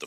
The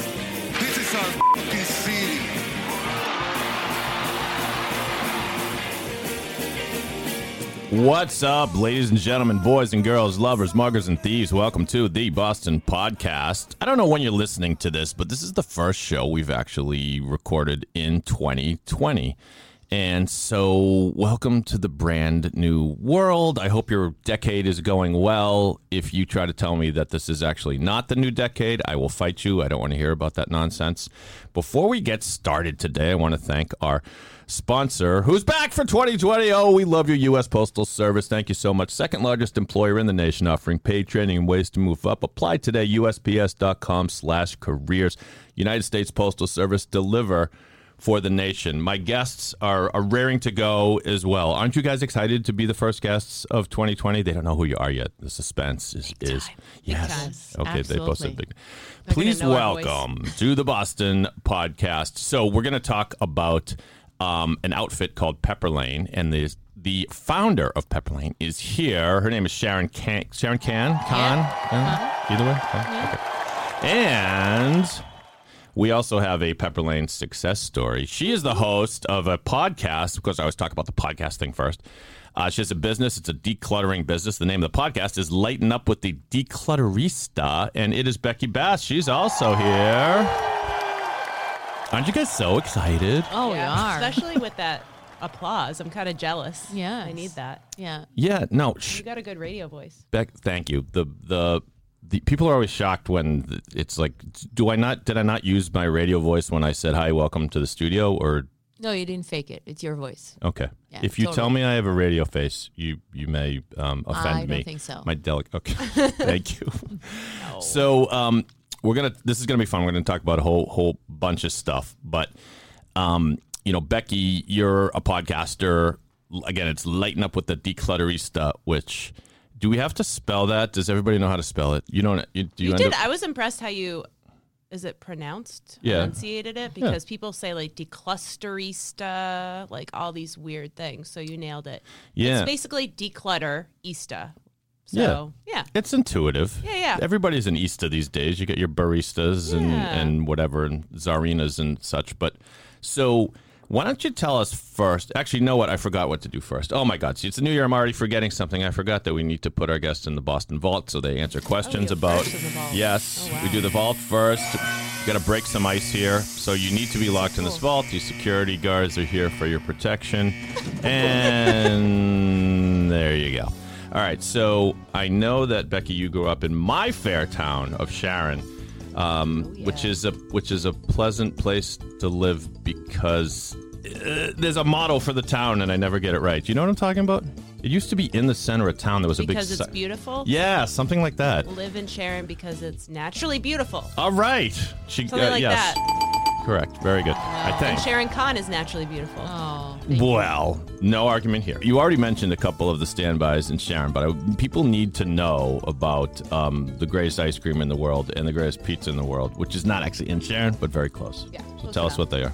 This is our f***ing city. What's up, ladies and gentlemen, boys and girls, lovers, muggers, and thieves? Welcome to the Boston Podcast. I don't know when you're listening to this, but this is the first show we've actually recorded in 2020. And so, welcome to the brand new world. I hope your decade is going well. If you try to tell me that this is actually not the new decade, I will fight you. I don't want to hear about that nonsense. Before we get started today, I want to thank our sponsor, who's back for 2020. Oh, we love your U.S. Postal Service. Thank you so much. Second largest employer in the nation, offering paid training and ways to move up. Apply today, USPS.com slash careers. United States Postal Service, deliver for the nation. My guests are, are raring to go as well. Aren't you guys excited to be the first guests of 2020? They don't know who you are yet. The suspense is, is yes. time. Okay, they both said Absolutely. big. Please know our voice. welcome to um, the Boston podcast. So we're going to talk about um, an outfit called Pepper Lane, and the the founder of Pepper Lane is here. Her name is Sharon Can. Sharon Can Khan. Uh, Either way. Yeah, okay. And we also have a Pepper Lane success story. She is the host of a podcast. Of course, I always talk about the podcast thing first. Uh, she has a business. It's a decluttering business. The name of the podcast is Lighten Up with the Declutterista, and it is Becky Bass. She's also here. Aren't you guys so excited? Oh, Yeah, we are. Especially with that applause. I'm kind of jealous. Yes. I need that. Yeah. Yeah. No. Shh. You got a good radio voice. Beck, thank you. The the the people are always shocked when th- it's like, do I not? Did I not use my radio voice when I said hi, welcome to the studio? Or No, you didn't fake it. It's your voice. okay, Yeah, if you tell totally. me I have a radio face, you you may um, offend don't me. think so. My delicate. Okay, thank you. So um, we're gonna. This is gonna be fun. We're gonna talk about a whole whole bunch of stuff, but um, you know, Becky, you're a podcaster. Again, it's lighten up with the declutterista, which do we have to spell that? Does everybody know how to spell it? You don't. You, do you, You, end did. up- I was impressed how you, is it pronounced? Yeah. Enunciated it because people say like declusterista, like all these weird things. So you nailed it. Yeah. It's basically declutterista. Yeah. So yeah. It's intuitive. Yeah, yeah. Everybody's an Easter these days. You get your baristas and, Yeah. and whatever, and czarinas and such. But so why don't you tell us first? Actually, you know what? I forgot what to do first. Oh my God. See, it's a new year. I'm already forgetting something. I forgot that we need to put our guests in the Boston Vault so they Oh, answer questions about. Yes, we do the vault first. You got to break some ice here. So you need to be locked in this vault. These security guards are here for your protection. And there you go. All right. So I know that Becky, you grew up in my fair town of Sharon, um, Oh, which is a which is a pleasant place to live because uh, there's a motto for the town, and I never get it right. Do you know what I'm talking about? It used to be in the center of town. There was a Because big. it's si- beautiful. yeah, something like that. Live in Sharon because it's naturally beautiful. All right. She, Something like Uh, yes. that. Correct. Very good. I think. And Sharon Khan is naturally beautiful. Oh, Well, no argument here. You already mentioned a couple of the standbys in Sharon, but I, people need to know about um, the greatest ice cream in the world and the greatest pizza in the world, which is not actually in Sharon, but very close. Yeah, So close tell us enough. what they are.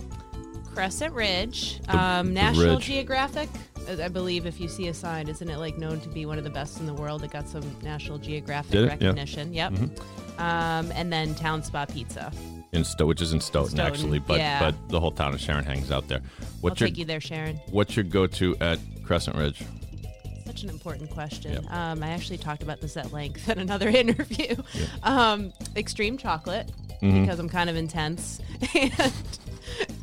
Crescent Ridge, um, National Ridge. Geographic. I I believe if you see a sign, isn't it like known to be one of the best in the world? It got some National Geographic Did it? Yeah. Mm-hmm. recognition. Yep. Um, and then Town Spa Pizza. In Sto- which is in Stoughton, Stoughton, actually, but yeah. but the whole town of Sharon hangs out there. I'll What's your take you there, Sharon. what's your go to at Crescent Ridge? Such an important question. Um, I actually talked about this at length in another interview. Um, extreme chocolate Mm-hmm. because I'm kind of intense, and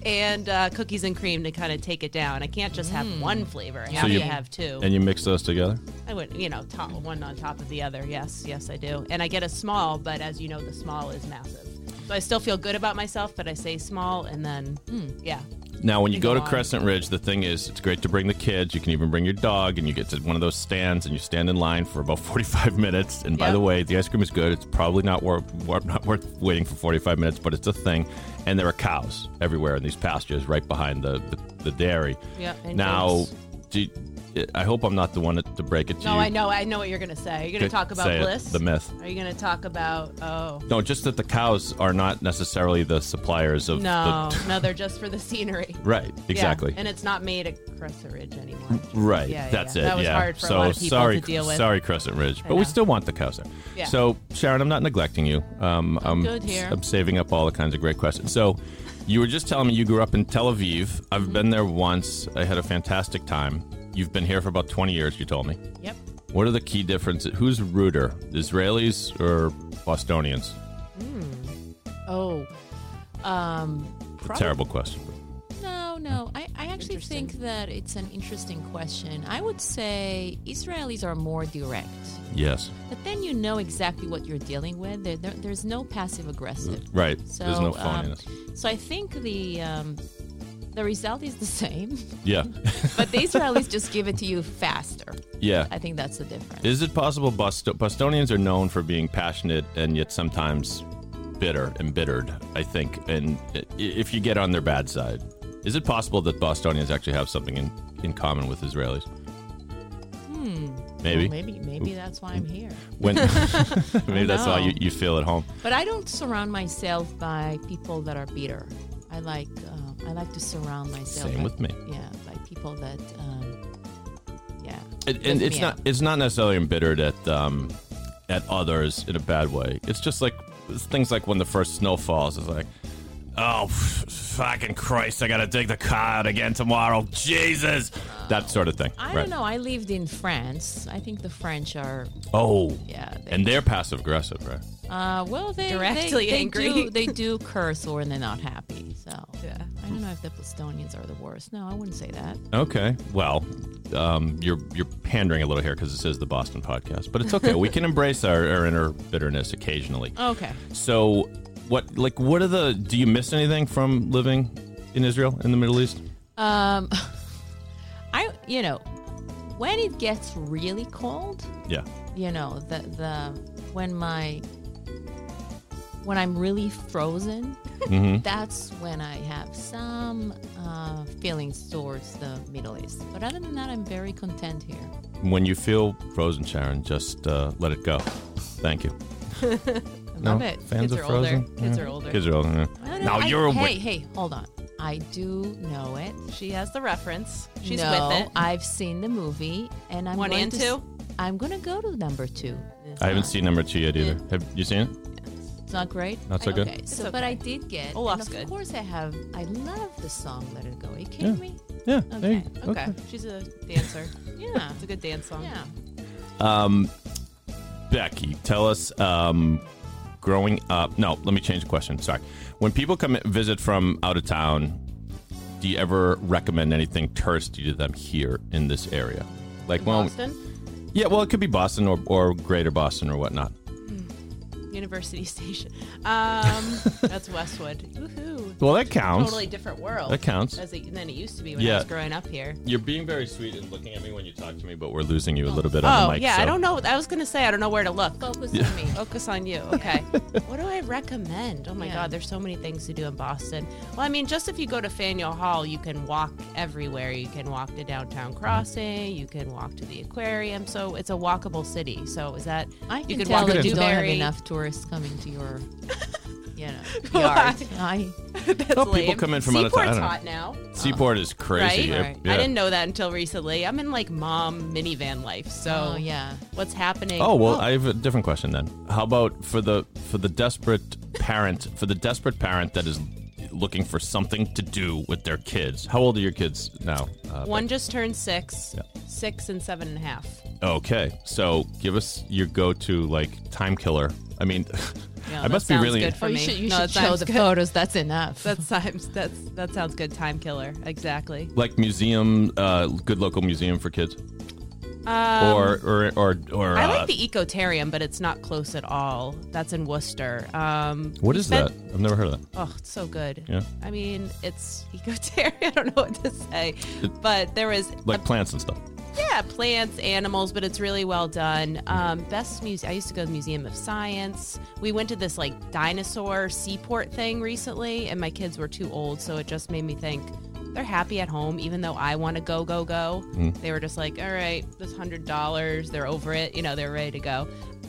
and uh, cookies and cream to kind of take it down. I can't just have one flavor. I have Mm. you- to have two. And you mix those together? I would, you know, top one on top of the other. Yes, yes, I do. And I get a small, but as you know, the small is massive. So I still feel good about myself, but I say small, and then yeah, Now, when you They go go to on. Crescent Ridge, the thing is, it's great to bring the kids. You can even bring your dog, and you get to one of those stands, and you stand in line for about 45 minutes. And by Yep. the way, the ice cream is good. It's probably not worth wor- not worth waiting for 45 minutes, but it's a thing. And there are cows everywhere in these pastures, right behind the the, the dairy. Yep, and Now, goats. do you- I hope I'm not the one to, to break it to No, you. I know, I know what you're gonna say. You're gonna Good. talk about Say it, bliss. the myth. Are you gonna talk about oh No, just that the cows are not necessarily the suppliers of no, the. no, they're just for the scenery. Right, Yeah, exactly. And it's not made at Crescent Ridge anymore. Right. Yeah, yeah, That's yeah. it. That was yeah. hard for a so lot of people sorry, to deal with. sorry, Crescent Ridge, but we know. still want the cows there. Yeah. So Sharon, I'm not neglecting you. Um, I'm good here. I'm saving up all the kinds of great questions. So you were just telling me you grew up in Tel Aviv. Mm-hmm. I've been there once. I had a fantastic time. You've been here for about 20 years. You told me. Yep. What are the key differences? Who's ruder, Israelis or Bostonians? Oh. Um A terrible question. No, no. I, I actually think that it's an interesting question. I would say Israelis are more direct, Yes. but then you know exactly what you're dealing with. There, there, there's no passive aggressive. Mm, Right. So, There's no um, phoniness. so I think the um, the result is the same, yeah. but the Israelis just give it to you faster. yeah. I think that's the difference. Is it possible Bosto- Bostonians are known for being passionate and yet sometimes bitter, embittered, I think, and i- if you get on their bad side? Is it possible that Bostonians actually have something in, in common with Israelis? Hmm. Maybe. Well, maybe maybe that's why I'm here. When maybe that's why know. you, you feel at home. But I don't surround myself by people that are bitter. I like um, I like to surround myself. Same by- with me. Yeah, by people that. Um, yeah. It, and lift it's me not up. it's not necessarily embittered at um, at others in a bad way. It's just like it's things like when the first snow falls, it's like, oh f- fucking Christ, I gotta dig the car out again tomorrow. Jesus, that sort of thing. I right. don't know. I lived in France. I think the French are. Oh, Yeah, they- and they're passive aggressive, right? Uh, well, they Directly they, they angry. Do, they do curse when they're not happy. So Yeah. I don't know if the Bostonians are the worst. No, I wouldn't say that. Okay, well. Um, you're you're pandering a little here because this is the Boston podcast, but it's okay. we can embrace our, our inner bitterness occasionally. okay. So, what like what are the? Do you miss anything from living in Israel in the Middle East? Um, I you know when it gets really cold. Yeah. you know the the when my when I'm really frozen, Mm-hmm. that's when I have some uh, feelings towards the Middle East. But other than that, I'm very content here. When you feel frozen, Sharon, just uh, let it go. Thank you. I love it. Fans Kids of are Frozen. older. Kids Yeah. are older. Kids are older. yeah. I don't Now know, I- you're a hey witch. hey hold on. I do know it. She has the reference. She's no, with it. I've seen the movie, and I'm One going and to two? s- I'm gonna go to number two. I haven't seen number two yet either. Have you seen it? It's not great. Not so I- good? Okay, so but okay. I did get. and Olaf's of good. course, I have. I love the song "Let It Go." Are you kidding me? Yeah. there you- Okay. Okay. She's a dancer. Yeah. It's a good dance song. Yeah. Becky, tell us. Um, growing up, no, let me change the question. Sorry. When people come visit from out of town, do you ever recommend anything touristy to them here in this area? Like, well, Boston yeah, well, it could be Boston or, or Greater Boston or whatnot. University Station. Um, that's Westwood. Woohoo! Well, that counts. Totally different world. That counts. As it, than it used to be when Yeah. I was growing up here. You're being very sweet and looking at me when you talk to me, but we're losing you a little bit on Oh the mic. yeah, I so- don't know. I was gonna say I don't know where to look. Focus on me. Focus on you. Okay. what do I recommend? Oh my Yeah. God, there's so many things to do in Boston. Well, I mean, just if you go to Faneuil Hall, you can walk everywhere. You can walk to Downtown Crossing. You can walk to the aquarium. So it's a walkable city. So is that I can, you can tell walk to that you don't have Dewberry. enough tourists coming to your, you know, Why? yard. I, That's Well, people lame. come in from out of Seaport's town. hot now. Seaport is crazy. Right? Yeah. I didn't know that until recently. I'm in like mom minivan life. So oh yeah. what's happening? Oh well, I have a different question then. How about for the for the desperate parent for the desperate parent that is looking for something to do with their kids? How old are your kids now? Uh, One just turned six, Yeah. six and seven and a half. okay, so give us your go-to like time killer. I mean, Yeah, I that must be sounds really good for Oh, you me. should, you No, should that show sounds the good. photos. That's enough. That sounds that's that sounds good. Time killer, exactly. like museum, uh, good local museum for kids. or or or or Um, I uh, like the Ecotarium, but it's not close at all. That's in Worcester. Um, what we is spent- that? I've never heard of that. Oh, it's so good. Yeah. I mean, it's Ecotarium. I don't know what to say, but there is Like plants and stuff. yeah plants, animals, but it's really well done. Um, best museum. I used to go to the Museum of Science. We went to this like dinosaur seaport thing recently, and my kids were too old, so it just made me think. They're happy at home, even though I want to go, go, go. Mm. They were just like, all right, this hundred dollars, they're over it. You know, they're ready to go.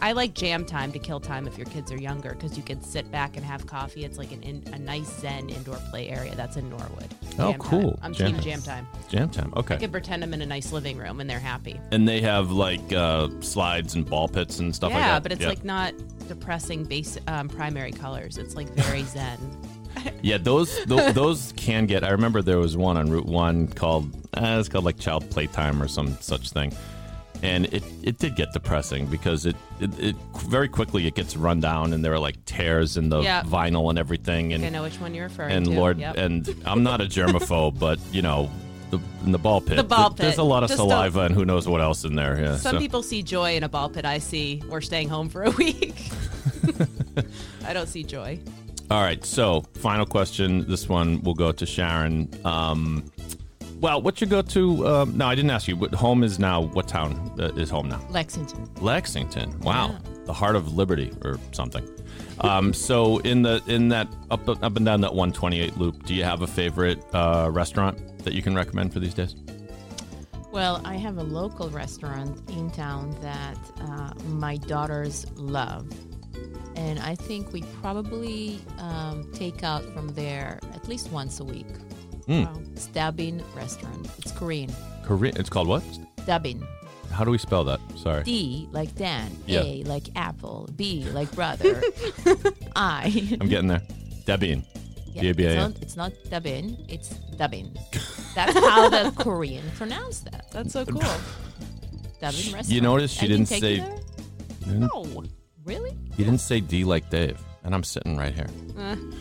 I like jam time to kill time if your kids are younger because you can sit back and have coffee. It's like an in, a nice zen indoor play area that's in Norwood. Oh, Jam time. cool. I'm Jam team time. jam time. Jam time. Okay. I can pretend I'm in a nice living room and they're happy. and they have like uh, slides and ball pits and stuff yeah, like that. but it's like not depressing base um, primary colors. It's like very zen. yeah, those those, those can get. I remember there was one on Route One called uh, it's called like Child Playtime or some such thing, and it it did get depressing because it it, it very quickly it gets run down and there are like tears in the Yeah. vinyl and everything and I know which one you're referring and to. Lord Yep. and I'm not a germaphobe, but you know. The, in the ball pit. The ball th- There's pit. a lot of Just the- saliva and who knows what else in there. Yeah, Some so- people see joy in a ball pit. I see we're staying home for a week. I don't see joy. All right. So, final question. This one will go to Sharon. Um, well, what's your go-to? Um, no, I didn't ask you. What home is now? What town uh, is home now? Lexington. Lexington. Wow, the heart of liberty or something. Um, so, in the in that up up and down that 128 loop, do you have a favorite uh, restaurant that you can recommend for these days? Well, I have a local restaurant in town that uh, my daughters love. And I think we probably um, take out from there at least once a week. Wow. Stabin restaurant. It's Korean. Korean. It's called what? Stabin. How do we spell that? Sorry. D like Dan. Yeah. A like apple. B like brother. I. I'm getting there. Dabin. Yeah, D A B I N. It's not, it's not Dabin. It's Dabin. That's how the Korean pronounce that. That's so cool. Dabin restaurant. notice she I can didn't take say- you there? no. Really? You didn't say D like Dave, and I'm sitting right here.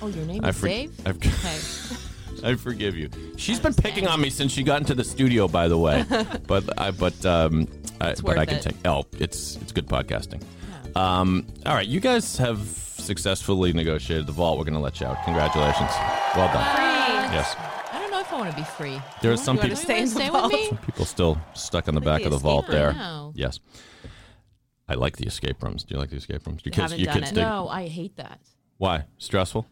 Oh, your name I is for- Dave? I've- okay. I forgive you. She's been picking on me since she got into the studio, by the way. but I, but um, I, but worth I can it. take. Oh, it's it's good podcasting. Um, all right, you guys have successfully negotiated the vault. We're going to let you out. Congratulations. Well done. Yes. I don't know if I want to be free. There are some You wanna people. Stay in the with vault. me? People still stuck on the back the of the escape vault room. there. Wow. Yes. I like the escape rooms. Do you like the escape rooms? You kids, haven't you done kids it. dig- No, I hate that. Why? Stressful?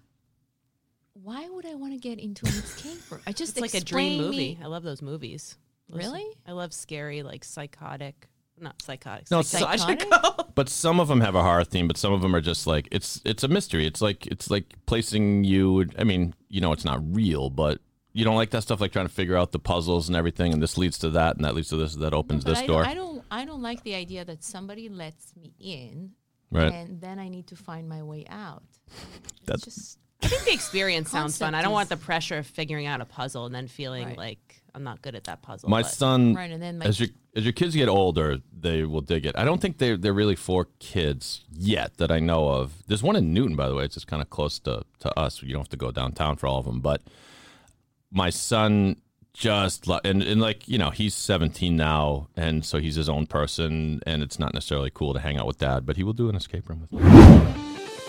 Why would I want to get into an escape room? I just It's like a dream explain movie. me- I love those movies. Those- Really? I love scary, like psychotic, not psychotic. No, psych- psychotic? But some of them have a horror theme, but some of them are just like it's it's a mystery. It's like it's like placing you. I mean, you know, it's not real, but you don't like that stuff, like trying to figure out the puzzles and everything, and this leads to that, and that leads to this, that opens But this I door, Don't, I don't. I don't like the idea that somebody lets me in, right? and then I need to find my way out. That's- That's just I think the experience sounds fun. Concept I don't is- want the pressure of figuring out a puzzle and then feeling Right. like I'm not good at that puzzle. my but- son, Right, and then my- as your as your kids get older, they will dig it. I don't think they they're really for kids yet that I know of. There's one in Newton, by the way. It's just kind of close to to us. You don't have to go downtown for all of them, but my son just lo- and and like you know he's 17 now and so he's his own person and it's not necessarily cool to hang out with dad but he will do an escape room with me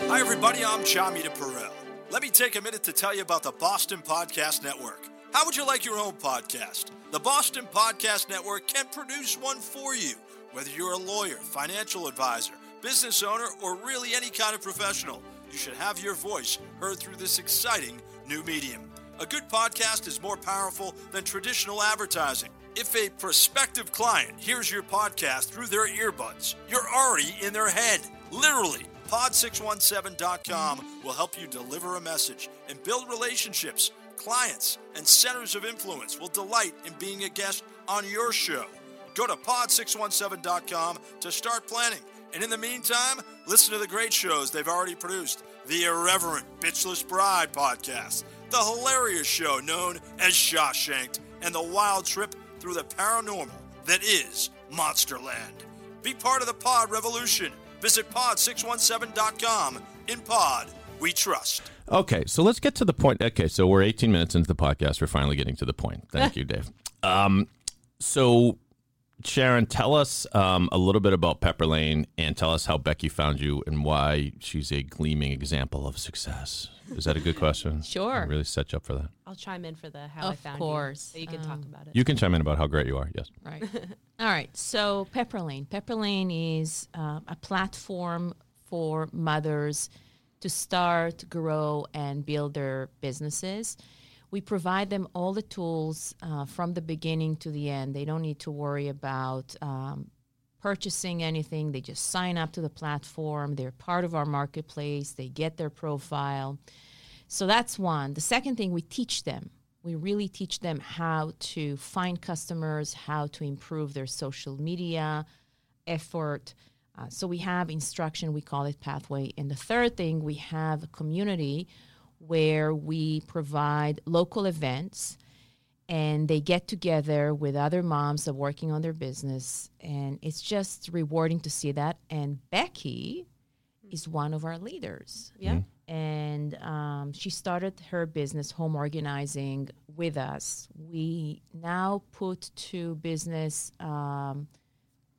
Hi, everybody. I'm Chami DePerel. Let me take a minute to tell you about the Boston Podcast Network. How would you like your own podcast? The Boston Podcast Network can produce one for you, whether you're a lawyer, financial advisor, business owner, or really any kind of professional. You should have your voice heard through this exciting new medium. A good podcast is more powerful than traditional advertising. If a prospective client hears your podcast through their earbuds, you're already in their head, literally. Pod617.com will help you deliver a message and build relationships. Clients and centers of influence will delight in being a guest on your show. Go to pod617.com to start planning. And in the meantime, listen to the great shows they've already produced the irreverent Bitchless Bride podcast, the hilarious show known as Shawshanked, and the wild trip through the paranormal that is Monsterland. Be part of the pod revolution. Visit pod617.com. In pod, we trust. Okay, so let's get to the point. Okay, so we're 18 minutes into the podcast. We're finally getting to the point. Thank you, Dave. Um, so Sharon, tell us um, a little bit about Pepper Lane and tell us how Becky found you and why she's a gleaming example of success. Is that a good question? Sure. I really set you up for that. I'll chime in for the how I Of found course. Um, you. So you can talk about it. You can chime in about how great you are. Yes. Right. All right. So Pepper Lane. Pepper Lane is uh, a platform for mothers to start, grow, and build their businesses. We provide them all the tools uh, from the beginning to the end. They don't need to worry about um, purchasing anything. They just sign up to the platform. They're part of our marketplace. They get their profile. So that's one. The second thing we teach them. We really teach them how to find customers, how to improve their social media effort. Uh, so we have instruction, we call it pathway. And the third thing, we have a community where we provide local events and they get together with other moms that are working on their business. And it's just rewarding to see that. And Becky is one of our leaders Yeah. Mm-hmm. and um, she started her business home organizing with us. We now put to business a um,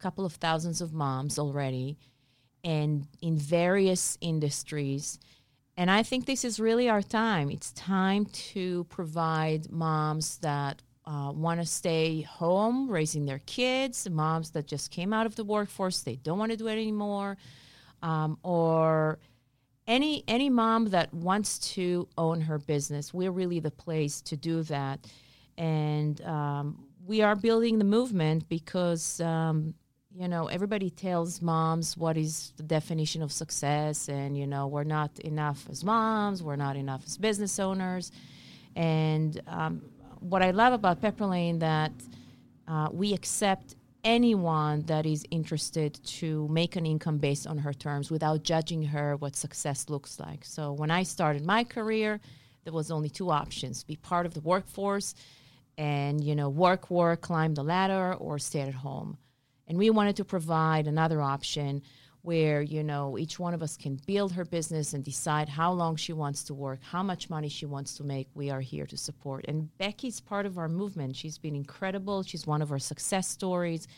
couple of thousands of moms already, and in various industries. And I think this is really our time. It's time to provide moms that uh, want to stay home raising their kids, moms that just came out of the workforce, they don't want to do it anymore, um, or any any mom that wants to own her business, we're really the place to do that, and um, we are building the movement because um, you know everybody tells moms what is the definition of success, and you know we're not enough as moms, we're not enough as business owners, and um, what I love about Pepperlane that uh, we accept anyone that is interested to make an income based on her terms without judging her what success looks like. So when I started my career, there was only two options: be part of the workforce and you know work work climb the ladder or stay at home. And we wanted to provide another option where you know each one of us can build her business and decide how long she wants to work, how much money she wants to make. We are here to support. And Becky's part of our movement. She's been incredible. She's one of our success stories.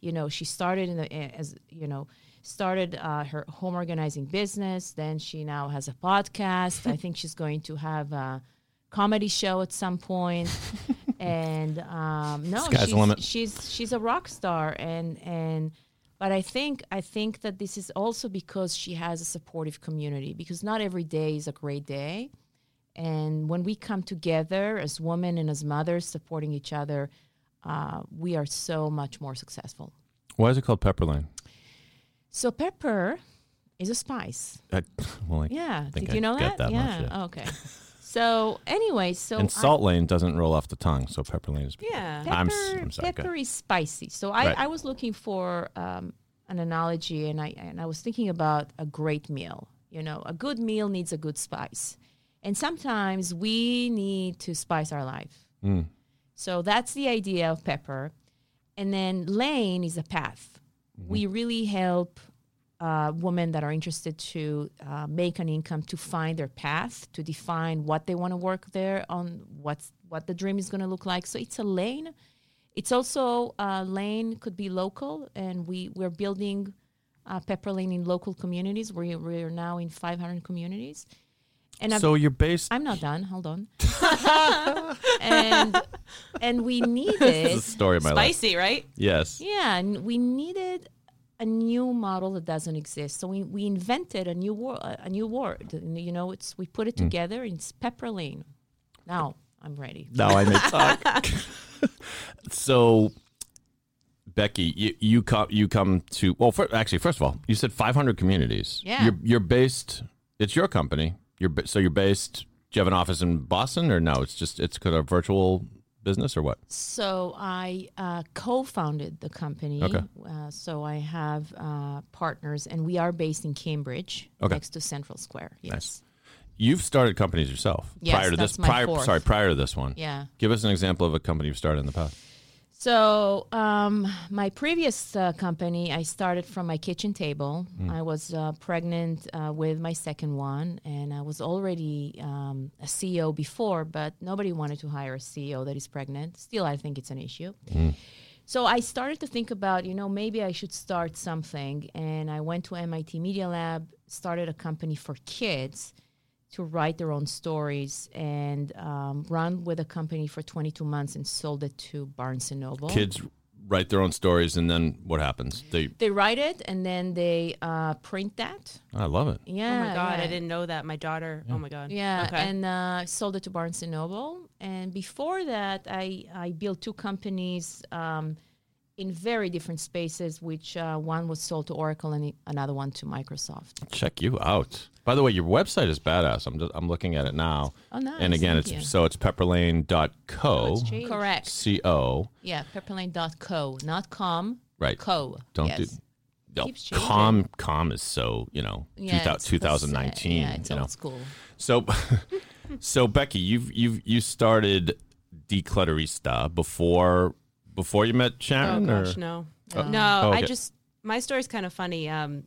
You know, she started in the eh, as you know started uh, her home organizing business. Then she now has a podcast. I think she's going to have a comedy show at some point. and um, no, Sky's the she's, limit. she's she's a rock star and and but I think I think that this is also because she has a supportive community because not every day is a great day. And when we come together as women and as mothers supporting each other, uh, we are so much more successful. Why is it called Pepper Lane? So pepper is a spice. I, Uh, well, I Yeah. think Did I you know get that? that much, yeah. Oh, yeah. Okay. So anyway, so and I- Salt Lane doesn't roll off the tongue, so Pepper Lane is. Yeah. pepper, I'm s- I'm sorry, go pepper ahead. is spicy. So I, Right. I was looking for um, an analogy, and I and I was thinking about a great meal. You know, a good meal needs a good spice, and sometimes we need to spice our life. Hmm. So that's the idea of pepper, and then lane is a path. We Mm-hmm. really help uh, women that are interested to uh, make an income to find their path, to define what they want to work there on, what's what the dream is going to look like. So it's a lane. It's also a lane could be local, and we we're building uh, Pepper Lane in local communities. We we're now in 500 communities, and I've So you're based. I'm not done. Hold on. and and we this needed is the story of my life. Spicy, right? Yes. yeah, and we needed a new model that doesn't exist. So we, we invented a new word, a new word. And, you know, it's we put it Hmm. together. And it's Pepper Lane. Now I'm ready. Now I may talk. so, Becky, you, you come you come to well. fir- actually, first of all, you said 500 communities. Yeah. You're, you're based. It's your company. You're ba- so you're based. Do you have an office in Boston or no? It's just it's kind of a virtual business or what? So I uh, co-founded the company. Okay. Uh, so I have uh, partners, and we are based in Cambridge, Okay. next to Central Square. Yes. You've started companies yourself Yes, prior to that's this. my prior, fourth. sorry, prior to this one. Yeah. Give us an example of a company you've started in the past. So, um, my previous uh, company, I started from my kitchen table. I was uh, pregnant uh, with my second one, and I was already um, a E CEO before, but nobody wanted to hire a CEO that is pregnant. Still, I think it's an issue. So I started to think about, you know, maybe I should start something. And I went to MIT Media Lab, started a company for kids to write their own stories, and um, run with a company for 22 months and sold it to Barnes and Noble. Kids write their own stories, and then what happens? They, They write it and then they uh, print that. I love it. Yeah. oh my god, I yeah. didn't know that. My daughter. Oh my god. Yeah, Okay. and uh, sold it to Barnes and Noble. And before that, I I built two companies um, in very different spaces. Which uh, one was sold to Oracle, and the- another one to Microsoft. Check you out. By the way, your website is badass. I'm just, I'm looking at it now. Oh, nice. And again, Thank it's you. so it's pepperlane.co. changed. Correct. co. Yeah, pepperlane.co, not com. Right. Co. Don't yes. do. No, Keeps changing. com com is so you know Yeah, 2000 it's- it's, uh, 2019. Yeah, it's you know. old school. So, so Becky, you've you've you started declutterista before before you met Oh Sharon, gosh, or no, Oh. no. Oh, I okay. just my story's kind of funny. Um,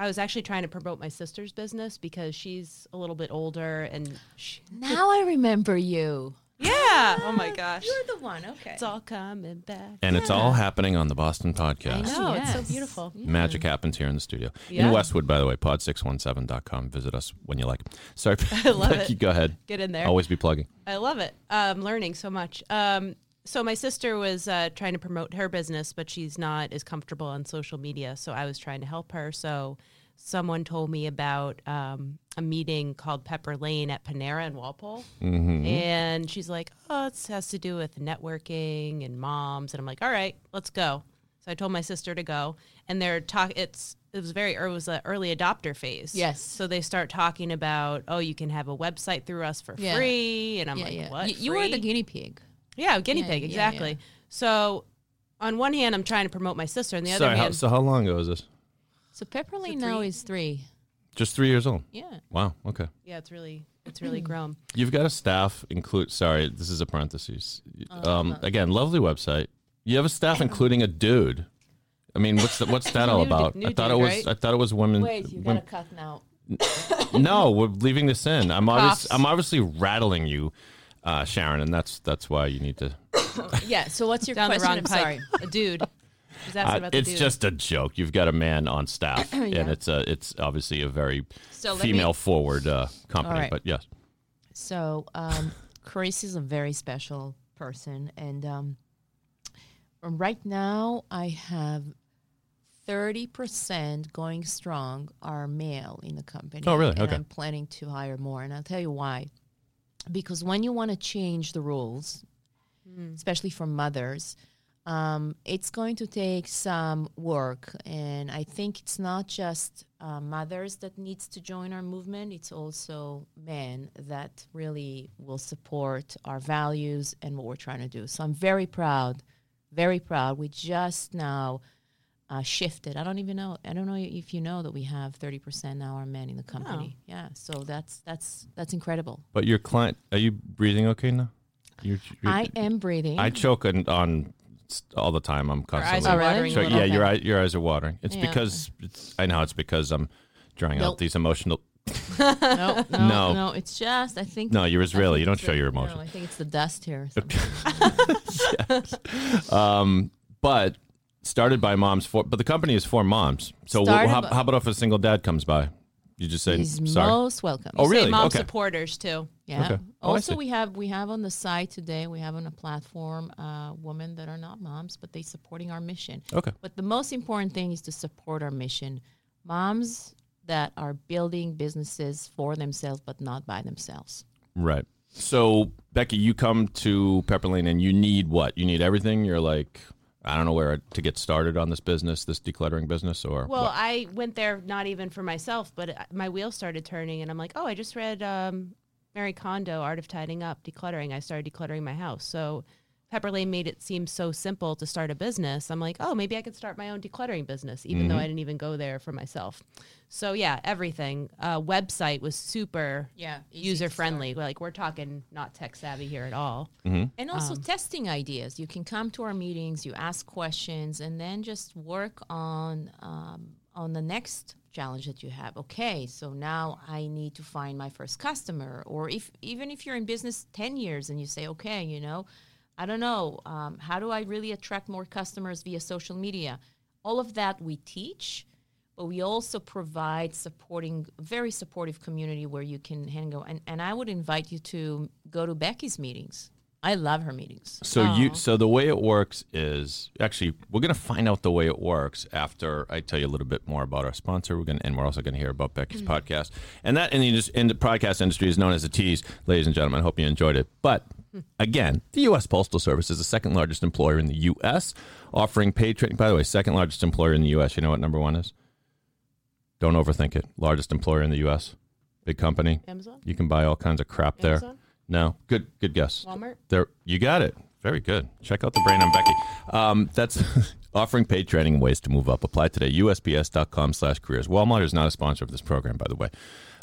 I was actually trying to promote my sister's business because she's a little bit older and she, Now I remember you. yeah. Oh my gosh, You're the one. Okay. it's all coming back. Oh, and it's all happening on the Boston I podcast. know. Yes. It's so beautiful. Magic happens here in the studio Yeah. in Westwood, by the way. Pod617.com. Visit us when you like. Sorry, love Becky, it. go ahead. Get in there. Always be plugging. I love it. I'm learning so much. Um, so my sister was uh, trying to promote her business, but she's not as comfortable on social media. So I was trying to help her. So someone told me about um, a meeting called Pepper Lane at Panera in Walpole, and she's like, "Oh, it has to do with networking and moms." And I'm like, "All right, let's go." So I told my sister to go, and they're talk. It's it was very it was an early adopter phase. Yes. So they start talking about, oh, you can have a website through us for Yeah. free, and I'm Yeah, like, yeah. what? You, you were the Free? guinea pig. yeah guinea Yeah, pig yeah, exactly. yeah. So, on one hand, I'm trying to promote my sister, and the other Sorry. How, hand, so how long ago was this? So Pepperlane now three- is three. Just three years old. Yeah. Wow. Okay. yeah, it's really it's Hmm. really grown. You've got a staff include. Sorry, this is a parenthesis. Oh, Um, again, lovely website. You have a staff including a dude. I mean, what's the, what's that all New dude- about? new I thought dude, it was. right? I thought it was women. Wait, you women- gotta cut now. no, we're leaving this in. I'm obvious, Coughs. I'm obviously rattling you, uh, Sharon, and that's that's why you need to. Yeah. So what's your Down the question? wrong I'm pipe, sorry. a dude. She's asking Uh, about the it's dude. just a joke. You've got a man on staff, and it's a it's obviously a very So let me- female forward uh, company. All right. But yes, So um, Chris is a very special person, and um, right now I have thirty percent going strong are male in the company. Oh, really? And Okay. I'm planning to hire more, and I'll tell you why. Because when you want to change the rules, Hmm. especially for mothers. Um, it's going to take some work, and I think it's not just uh, mothers that needs to join our movement. It's also men that really will support our values and what we're trying to do. So I'm very proud, very proud. We just now uh, shifted. I don't even know. I don't know if you know that we have 30% now are men in the company. Yeah. So that's that's that's incredible. but your client, are you breathing okay now? You're, you're, I am breathing. I choke on, on s- all the time. I'm eyes constantly. are Oh, really? watering a So, little yeah, your bit. eye, your eyes are watering. It's Yeah. because it's, I know it's because I'm drawing out Nope. these emotional. no, no, No. no, It's just I think. No, you're Israeli. I You don't think show the- your No, I emotions. think it's the dust here. So- But started by moms for, but the company is for moms. So wh- Started how, by- how about if a single dad comes by? You just say He's sorry. most welcome. oh, Say really? mom okay. supporters too. Yeah. Okay. Oh, I Also, see. we have we have on the site today. We have on a platform uh, women that are not moms, but they supporting our mission. Okay. But the most important thing is to support our mission. Moms that are building businesses for themselves, but not by themselves. Right. So Becky, you come to Pepperlane and you need what? You need everything. You're like, I don't know where to get started on this business, this decluttering business, or Well, what? I went there not even for myself, but I- my wheel started turning, and I'm like, oh, I just read um, Mary Kondo, Art of Tidying Up, Decluttering. I started decluttering my house. So Pepper Lane made it seem so simple to start a business. I'm like, oh, maybe I could start my own decluttering business, even though I didn't even go there for myself. So yeah, everything. Uh, website was super Yeah, easy to user friendly. Like we're talking not tech savvy here at all. And also Um, testing ideas. You can come to our meetings, you ask questions, and then just work on um, on the next challenge that you have. Okay, so now I need to find my first customer, or if even if you're in business ten years and you say, okay, you know, I don't know, um, how do I really attract more customers via social media? All of that we teach, but we also provide supporting, very supportive community where you can hang out. And, and I would invite you to go to Becky's meetings. I love her meetings. So you so the way it works is actually we're gonna find out the way it works after I tell you a little bit more about our sponsor. We're gonna and we're also gonna hear about Becky's podcast. And that in the, indus- in the podcast industry is known as a tease, ladies and gentlemen. I hope you enjoyed it. But again, the US Postal Service is the second largest employer in the US, offering paid training. By the way, second largest employer in the US. You know what number one is? Don't overthink it. Largest employer in the US. Big company. Amazon? You can buy all kinds of crap there. Amazon? No. Good good guess. Walmart? There, you got it. Very good. Check out the brain on Becky. Um, that's offering paid training and ways to move up. Apply today. USPS.com slash careers. Walmart is not a sponsor of this program, by the way.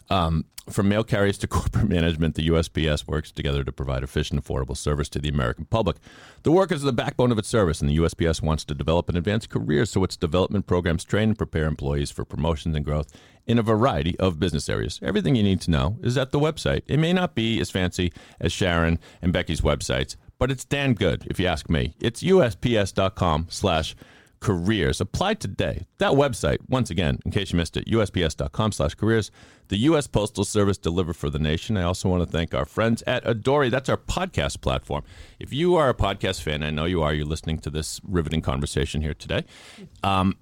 Um, from mail carriers to corporate management, the USPS works together to provide efficient, affordable service to the American public. The workers are the backbone of its service, and the USPS wants to develop and advance careers so its development programs train and prepare employees for promotions and growth in a variety of business areas. Everything you need to know is at the website. It may not be as fancy as Sharon and Becky's websites, but it's damn good, if you ask me. It's USPS.com slash careers. Apply today. That website, once again, in case you missed it, USPS.com slash careers. The U.S. Postal Service delivered for the nation. I also want to thank our friends at Adori. That's our podcast platform. If you are a podcast fan, I know you are, you're listening to this riveting conversation here today. Um,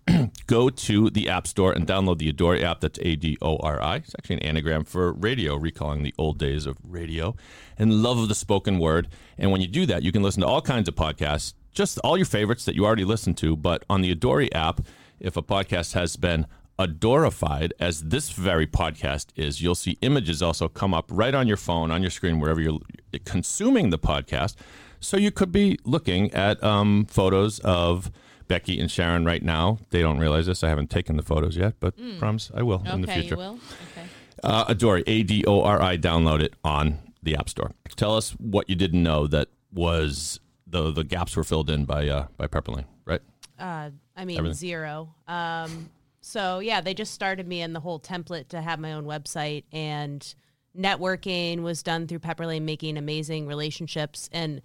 go to the App Store and download the Adori app. That's A D O R I. It's actually an anagram for radio, recalling the old days of radio and love of the spoken word. And when you do that, you can listen to all kinds of podcasts just all your favorites that you already listened to, but on the Adori app, if a podcast has been adorified, as this very podcast is, you'll see images also come up right on your phone, on your screen, wherever you're consuming the podcast. So you could be looking at um, photos of Becky and Sharon right now. They don't realize this. I haven't taken the photos yet, but promise I will in the Hmm. okay, future. you will? Okay. Uh, Adori, A D O R I, download it on the App Store. Tell us what you didn't know that was the the gaps were filled in by uh, by Pepperline, right? Uh, I mean, Everything. zero. Um, so yeah, they just started me in the whole template to have my own website, and networking was done through Pepper Lane, making amazing relationships. And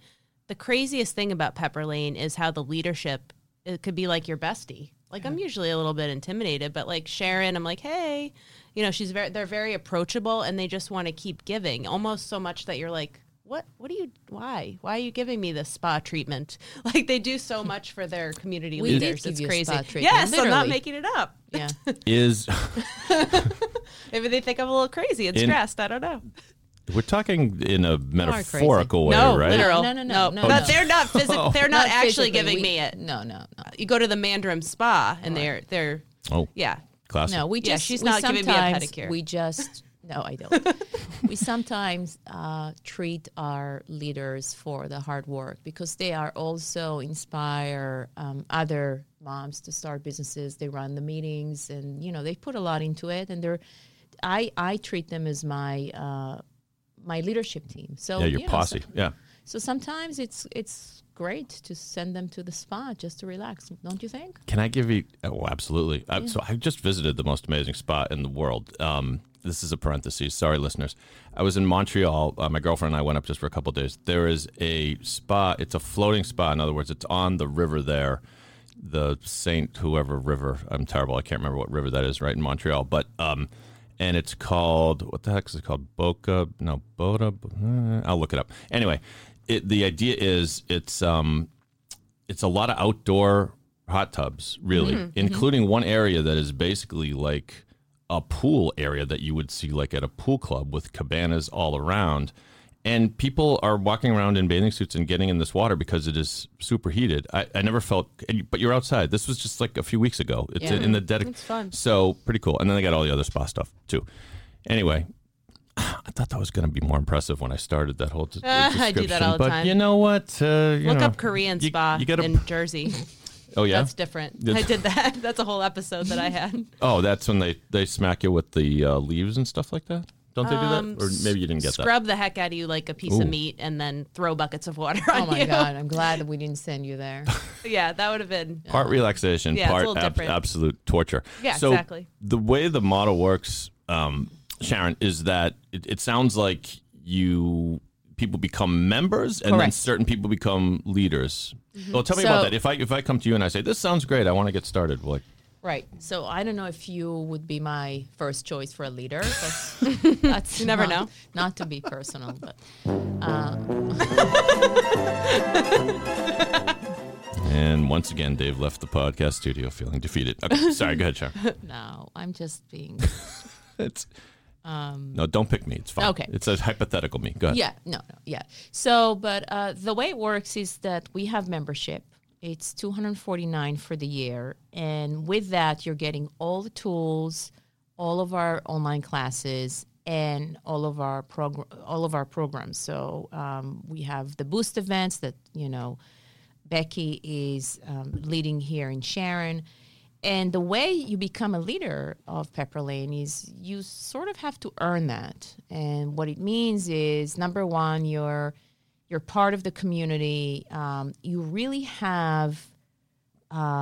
the craziest thing about Pepper Lane is how the leadership it could be like your bestie. Like I'm usually a little bit intimidated, but like Sharon, I'm like, hey, you know, she's very they're very approachable, and they just want to keep giving almost so much that you're like. What, what are you why why are you giving me this spa treatment like they do so much for their community We did leaders. give it's you a crazy. spa treatment, yes, I'm not literally. making it up. Yeah. Is Maybe they think I'm a little crazy and In- stressed. I don't know. we're talking in a metaphorical way, No, right? Oh. literal. No, no, no, no, But no. they're not physical. They're not, physically, actually giving we- me it. No, no, no. You go to the Mandarin Spa and they're they're Oh, yeah. classic. No, we Yeah, just she's we not giving me a sometimes- pedicure. We just no, I don't. we sometimes uh, treat our leaders for the hard work because they are also inspire um, other moms to start businesses. They run the meetings, and you know they put a lot into it. And they're, I I treat them as my uh, my leadership team. So yeah, your you know, posse. so- yeah. so sometimes it's it's great to send them to the spa just to relax, don't you think? Can I give you? Oh, absolutely. I, so I just visited the most amazing spot in the world. Um, this is a parenthesis. Sorry, listeners. I was in Montreal. Uh, my girlfriend and I went up just for a couple days. There is a spa. It's a floating spa. In other words, it's on the river there, the Saint whoever river. I'm terrible. I can't remember what river that is. Right in Montreal, but um, and it's called what the heck is it called? Boca? No, Boda. uh, I'll look it up. Anyway, it, the idea is it's um, it's a lot of outdoor hot tubs, really, Mm-hmm. including one area that is basically like a pool area that you would see like at a pool club with cabanas all around. And people are walking around in bathing suits and getting in this water because it is super heated. I, I never felt, and you- but you're outside. This was just like a few weeks ago. It's Yeah. in the dead. It's fun. So pretty cool. And then they got all the other spa stuff too. Anyway, I thought that was going to be more impressive when I started that whole d- I do that description. all the but time. you know what? Uh, you Look know, up Korean you- spa You gotta, in Jersey. oh yeah, That's different. Yeah. I did that. That's a whole episode that I had. Oh, that's when they they smack you with the uh, leaves and stuff like that. Don't they do Um, that? Or maybe you didn't get Scrub the heck out of you like a piece Ooh. of meat and then throw buckets of water on Oh my you. God! I'm glad that we didn't send you there. Yeah, that would have been that. Part relaxation, Yeah, it's a part little ab- different. absolute torture. Yeah, so exactly. The way the model works, um, Sharon, is that it, it sounds like you people become members, and then Correct. certain people become leaders. Mm-hmm. Well, tell me about So- that. If I if I come to you and I say this sounds great, I want to get started. Like, Right. So I don't know if you would be my first choice for a leader. but that's You never not- know. Not to be personal, but and once again, Dave left the podcast studio feeling defeated. Okay, sorry, go ahead, Char. no, I'm just being. It's no, don't pick me. It's fine. Um, okay. it's a hypothetical me. Go ahead. Yeah, no, no, yeah. So, but uh, the way it works is that we have membership. It's 249 for the year, and with that, you're getting all the tools, all of our online classes, and all of our progr- all of our programs. So um, we have the Boost events that you know Becky is um, leading here in Sharon. And the way you become a leader of Pepper Lane is you sort of have to earn that. And what it means is number one, you're you're part of the community. Um, you really have, um,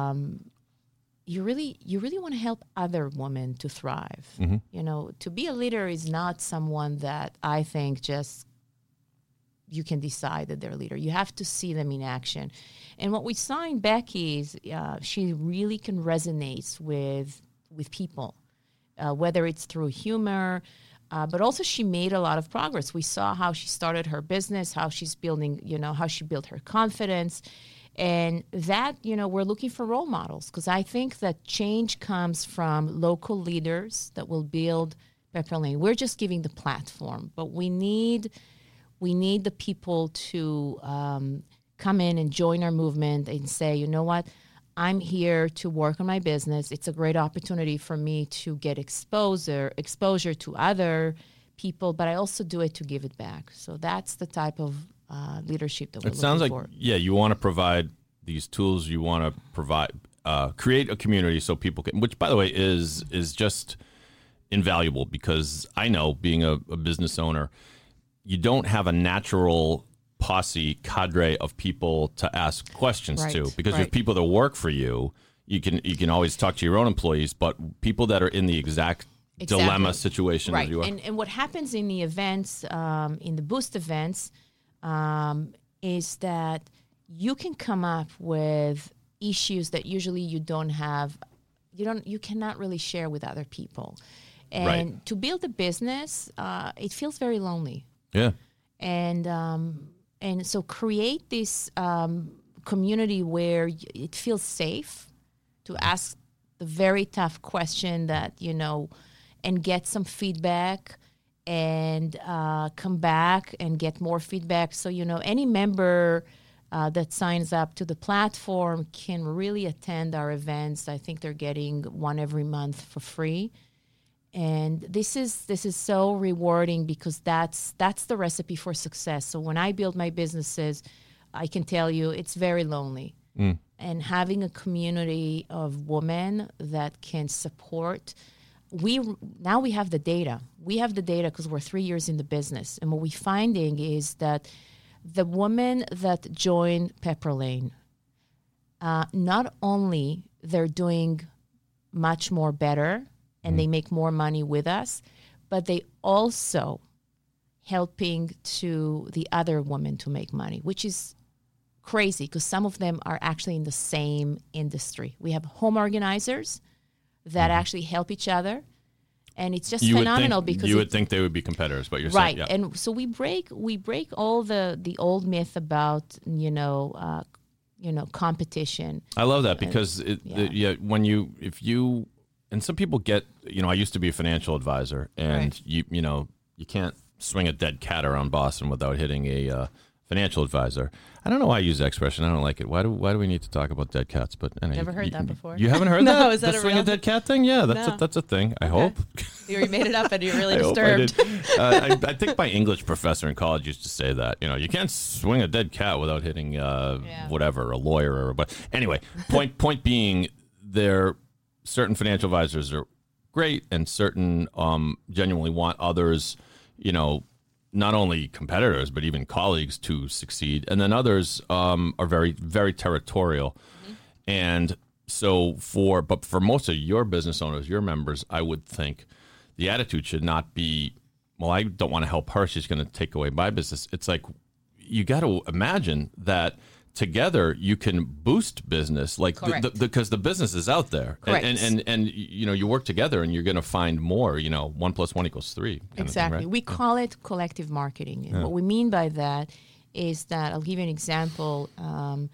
you really you really want to help other women to thrive. You know, to be a leader is not someone that I think just you can decide that they're a leader. You have to see them in action. And what we saw in Becky is uh, she really can resonate with with people, uh, whether it's through humor, uh, but also she made a lot of progress. We saw how she started her business, how she's building, you know, how she built her confidence. And that, you know, we're looking for role models because I think that change comes from local leaders that will build Pepper Lane. We're just giving the platform, but we need we need the people to um, come in and join our movement and say, you know what, I'm here to work on my business. It's a great opportunity for me to get exposure exposure to other people, but I also do it to give it back. So that's the type of uh, leadership that we're It sounds like looking for. yeah, you want to provide these tools. You want to provide uh, create a community so people can, which by the way is is just invaluable because I know being a, a business owner, you don't have a natural posse cadre of people to ask questions Right, to because you have right. people that work for you. You can you can always talk to your own employees, but people that are in the exact dilemma Exactly. situation as right. you are. And, and what happens in the events, um, in the boost events, um, is that you can come up with issues that usually you don't have, you don't, you cannot really share with other people. And Right. to build a business, uh, it feels very lonely yeah. and um, and so create this um, community where y- it feels safe to ask the very tough question that you know, and get some feedback, and uh, come back and get more feedback. So you know, any member. Uh, that signs up to the platform can really attend our events. I think they're getting one every month for free and this is this is so rewarding because that's that's the recipe for success so when i build my businesses i can tell you it's very lonely and having a community of women that can support we now we have the data we have the data because we're three years in the business and what we're finding is that the women that join pepper lane uh, not only they're doing much more better and Mm. they make more money with us, but they also helping to the other women to make money, which is crazy because some of them are actually in the same industry. We have home organizers that actually help each other. And it's just Mm-hmm. You phenomenal would think, because you it- would think they would be competitors, but you're right saying yeah. and so we break we break all the the old myth about you know uh, you know competition I love Uh, that because it, yeah. The, yeah, when you if you and some people get you know I used to be a financial advisor and Right. you you know you can't swing a dead cat around Boston without hitting a uh, financial advisor. I don't know why I use that expression. I don't like it. Why do why do we need to talk about dead cats? But anyway, Never heard you- that before. You haven't heard No, that? is that the a swing a real- dead cat thing? Yeah, that's a, No. that's a thing. I hope. You already made it up and you're really I hope I disturbed. did. Uh, I, I think my English professor in college used to say that. You know, you can't swing a dead cat without hitting uh, Yeah. whatever a lawyer or but anyway. Point point being, there certain financial advisors are great, and certain um, genuinely want others. You know. Not only competitors, but even colleagues to succeed, and then others um, are very, very territorial. And so for but for most of your business owners, your members, I would think the attitude should not be well, I don't want to help her. She's going to take away my business. It's like you got to imagine that together you can boost business like because the, Correct. the, 'cause the business is out there Correct. And, and and and you know you work together and you're going to find more you know one plus one equals three kind of thing, Exactly. right? We call it collective marketing. And what we mean by that is that I'll give you an example. Um,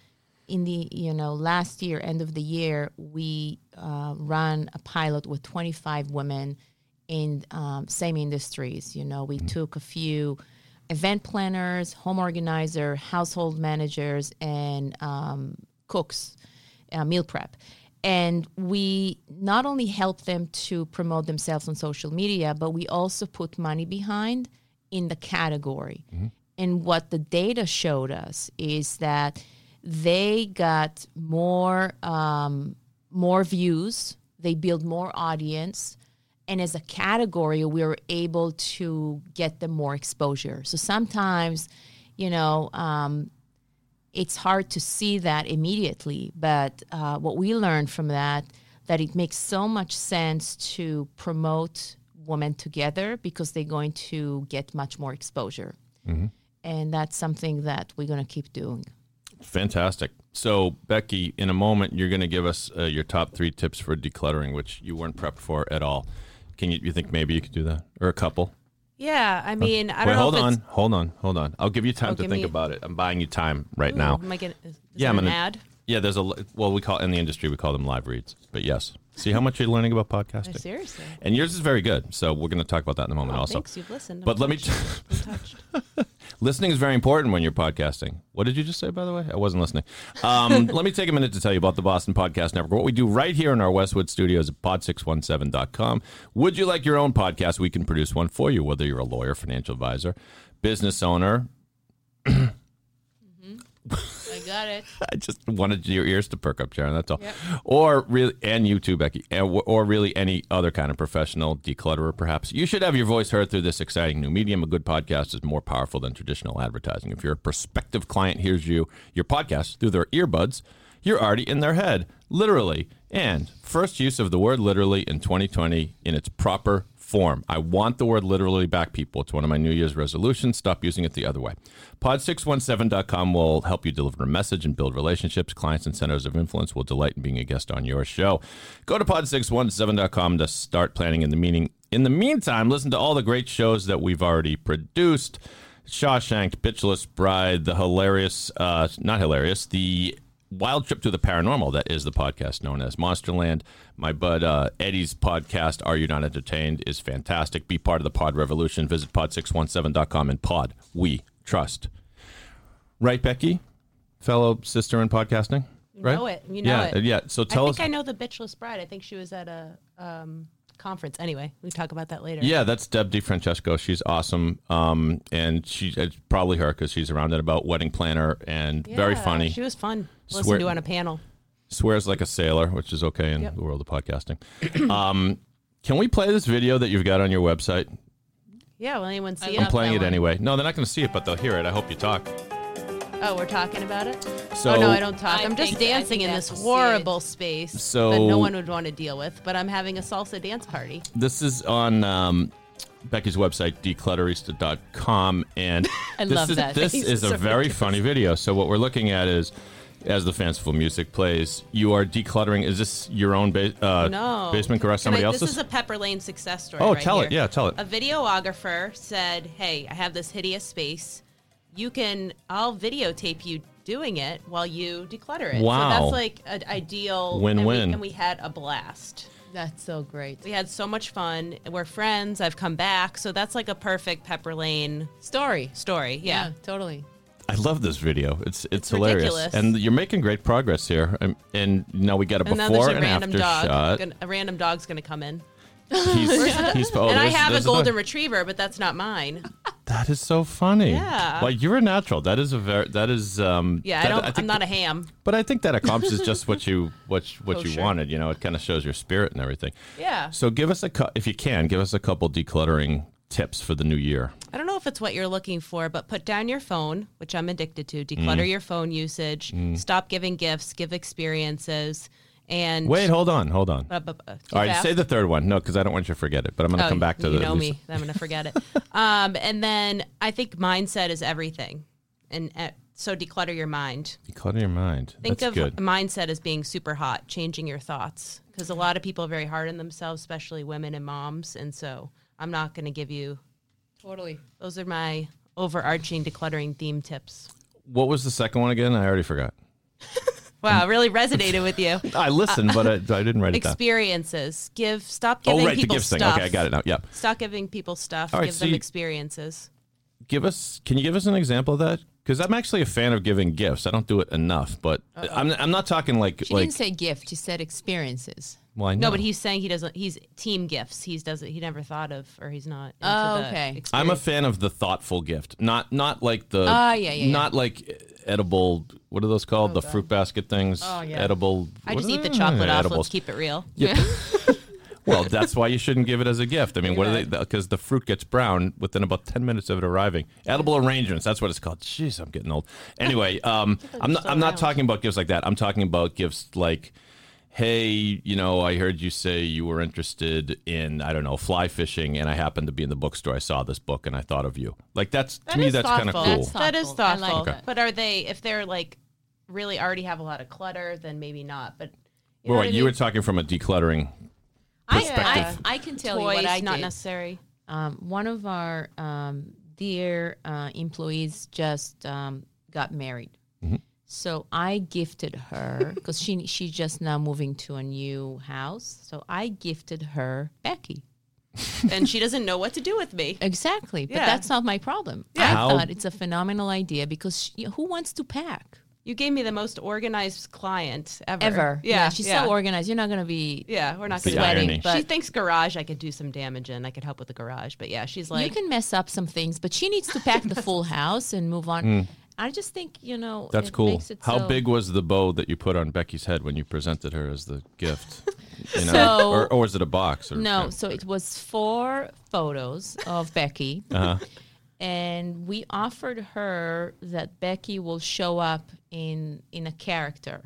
in the you know last year, end of the year, we uh, ran a pilot with 25 women in um, same industries. You know, we Mm-hmm. took a few event planners, home organizer, household managers, and um, cooks uh, meal prep. And we not only help them to promote themselves on social media, but we also put money behind in the category. And what the data showed us is that they got more um, more views, they build more audience, and as a category, we were able to get them more exposure. So sometimes, you know, um, it's hard to see that immediately. But uh, what we learned from that that it makes so much sense to promote women together because they're going to get much more exposure, Mm-hmm. and that's something that we're going to keep doing. Fantastic. So, Becky, in a moment, you're going to give us uh, your top three tips for decluttering, which you weren't prepped for at all. Can you, you think maybe you could do that or a couple? Yeah, I mean, I Oh, don't Wait, know. hold if on, it's- hold on, hold on. I'll give you time Oh, to give think me- Mm-hmm. about it. I'm buying you time right Ooh, now. Am I gonna, is, is Yeah, there I'm an gonna- ad? Yeah, there's a li- well, we call in the industry we call them live reads, but yes. See how much you're learning about podcasting. Seriously. And yours is very good, so we're going to talk about that in a moment. also, Oh, Thanks, you've listened. but let me. I'm touched. Listening is very important when you're podcasting. What did you just say, by the way? I wasn't listening. Um, let me take a minute to tell you about the Boston Podcast Network. What we do right here in our Westwood studios at pod617.com. Would you like your own podcast? We can produce one for you, whether you're a lawyer, financial advisor, business owner. I got it. I just wanted your ears to perk up, Sharon. That's all. Or really, and you too, Becky, and- or really any other kind of professional declutterer, perhaps. You should have your voice heard through this exciting new medium. A good podcast is more powerful than traditional advertising. If your prospective client hears you, your podcast through their earbuds, you're already in their head, literally. And first use of the word literally in 2020 in its proper form. I want the word literally back, people. It's one of my New Year's resolutions. Stop using it the other way. Pod617.com will help you deliver a message and build relationships. Clients and centers of influence will delight in being a guest on your show. Go to pod617.com to start planning in the meeting. In the meantime, listen to all the great shows that we've already produced. Shawshank, Bitchless Bride, the hilarious, uh, not hilarious, the Wild Trip to the Paranormal, that is the podcast known as Monsterland. My bud uh, Eddie's podcast, Are You Not Entertained, is fantastic. Be part of the pod revolution. Visit pod617.com and pod we trust. Right, Becky? Fellow sister in podcasting? Right? know it. You know yeah, it. Yeah. So I tell think us. I know the bitchless bride. I think she was at a um, conference. Anyway, we talk about that later. Yeah, that's Deb DiFrancesco. She's awesome, um, and she it's probably her because she's around and about wedding planner and very Yeah, funny. She was fun. to Swear- Listen to on a panel. swears like a sailor, which is okay in the world of podcasting. um, can we play this video that you've got on your website? Yeah, will anyone see I'm love it? playing that it one. anyway. No, they're not going to see it, but they'll hear it. I hope you talk. Oh, we're talking about it? So oh, no, I don't talk. I I'm just think- I dancing think in I this have to see horrible space that So- no one would want to deal with, but I'm having a salsa dance party. This is on um, Becky's website, declutterista.com. And I this love is, that. This He's is a so very funny video. So, what we're looking at is as the fanciful music plays, you are decluttering. Is this your own ba- uh, No. basement garage, Can I- somebody else's? This is a Pepper Lane success story. Oh, right tell it. here. Yeah, tell it. A videographer said, "Hey, I have this hideous space. You can. I'll videotape you doing it while you declutter it. Wow. So that's like an ideal Win-win. And we, and we had a blast. That's so great. We had so much fun. We're friends. I've come back. So that's like a perfect Pepper Lane Story. story. Yeah. totally. I love this video. It's it's, hilarious, ridiculous. and you're making great progress here. And, and now we got a And then before there's a and random after dog. shot. Gonna- a random dog's going to come in. He's, he's, oh, and I there's- have a there's another- golden retriever, but that's not mine. That is so funny. Yeah. Like you're a natural. That is a very. That is. Um, Yeah, that- I don't. think, I'm not a ham. But I think that accomplishes just what you what you- what Oh, you sure. wanted. You know, it kind of shows your spirit and everything. Yeah. So give us a cou- if you can give us a couple decluttering tips for the new year. I don't know if it's what you're looking for, but put down your phone, Mm. which I'm addicted to. Declutter your phone usage. Stop giving gifts. Give experiences. And Wait, hold on, hold on. Uh, bu- bu- All right, yeah. say the third one. No, because I don't want you to forget it. But I'm going to Oh, come back to the. you know me. I'm gonna forget it. um, and then I think mindset is everything, and uh, so declutter your mind. Declutter your mind. Think That's of good. mindset as being super hot, changing your thoughts because a lot of people are very hard on themselves, especially women and moms. And so I'm not gonna give you. Totally. Those are my overarching decluttering theme tips. What was the second one again? I already forgot. Wow, really resonated with you. I listened, but I, I didn't write it down. Experiences. Give. Stop giving Oh, right, the people gifts thing. stuff. Okay, I got it now. Yep. Stop giving people stuff. All right, give so them you- experiences. Give us. Can you give us an example of that? Because I'm actually a fan of giving gifts. I don't do it enough, but I'm, I'm not talking like She like. didn't say gift. She said experiences. well, I know. No, but he's saying he doesn't. He's team gifts. He's doesn't. He never thought of, or he's not. into Oh, the okay. experience. I'm a fan of the thoughtful gift, not not like the Ah, yeah, yeah, yeah. not like edible. What are those called? Oh, the fruit basket things. Oh, yeah. Edible. I what just are eat the they? chocolate off. eh, Edibles. Let's keep it real. Well, that's why you shouldn't give it as a gift. I mean, what are they? Because the fruit gets brown within about ten minutes of it arriving. Edible arrangements. That's what it's called. Jeez, I'm getting old. Anyway, um, I'm not. I'm not talking about gifts like that. I'm talking about gifts like. Hey, you know, I heard you say you were interested in, I don't know, fly fishing, and I happened to be in the bookstore. I saw this book and I thought of you. Like, that's to That me, is that's kind of thoughtful. cool. That's That is Thoughtful. I like thoughtful. that. But are they? If they're like really already have a lot of clutter, then maybe not. But you know Well, what I you were mean? talking from a decluttering I, perspective. I, I can tell toys you what I not did. necessary. um, one of our um, dear uh, employees just um, got married. Mm-hmm. So I gifted her because she she's just now moving to a new house. So I gifted her Becky. and she doesn't know what to do with me. Exactly, but Yeah. that's not my problem. I How- thought it's a phenomenal idea because she, who wants to pack You gave me the most organized client ever. ever? Yeah. she's yeah. so organized. You're not gonna be. Yeah, we're not The going irony. to. She But- thinks garage. I could do some damage in. I could help with the garage. But yeah, she's like, you can mess up some things, but she needs to pack the full house and move on. I just think you know Hmm. That's it cool. makes it How so- big was the bow that you put on Becky's head when you presented her as the gift? You know, So- or, or was it a box? Or, No, so it was four photos of Becky. Uh-huh. And we offered her that Becky will show up in in a character.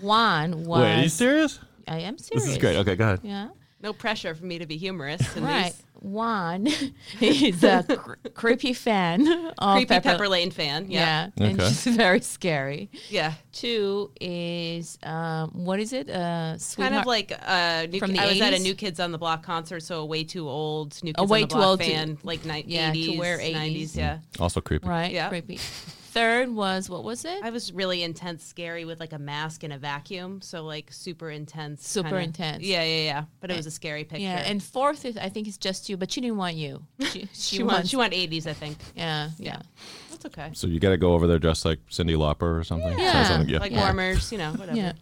One was Wait, are you serious? I am serious. This is great. Okay, go ahead. Yeah. no pressure for me to be humorous. In Right. These. One is a cr- creepy fan of Creepy Pepper, Lane fan. Yeah. Yeah. And Okay. she's very scary. Yeah. Two is um, what is it? Uh Kind sweetheart- of like uh, new, From the I was at a 80s? New Kids on the Block concert, so a way too old, New Kids way on the too Block old to- fan, like ni- yeah, to 80s, wear 90s. 80s. Yeah. Also creepy. right, Yeah. creepy. Third was what was it? I was really intense, scary with like a mask and a vacuum, so like super intense. Super kinda- intense. Yeah, yeah, yeah. But it was a scary picture. Yeah, and fourth is I think it's just you, but she didn't want you. She, she, she wants wants. she went 80s, I think. yeah, yeah. That's okay. So you got to go over there dressed like Cindy Lauper or something. Yeah. Sounds like- yeah. Um, Like Yeah. warmers, you know, whatever. Yeah.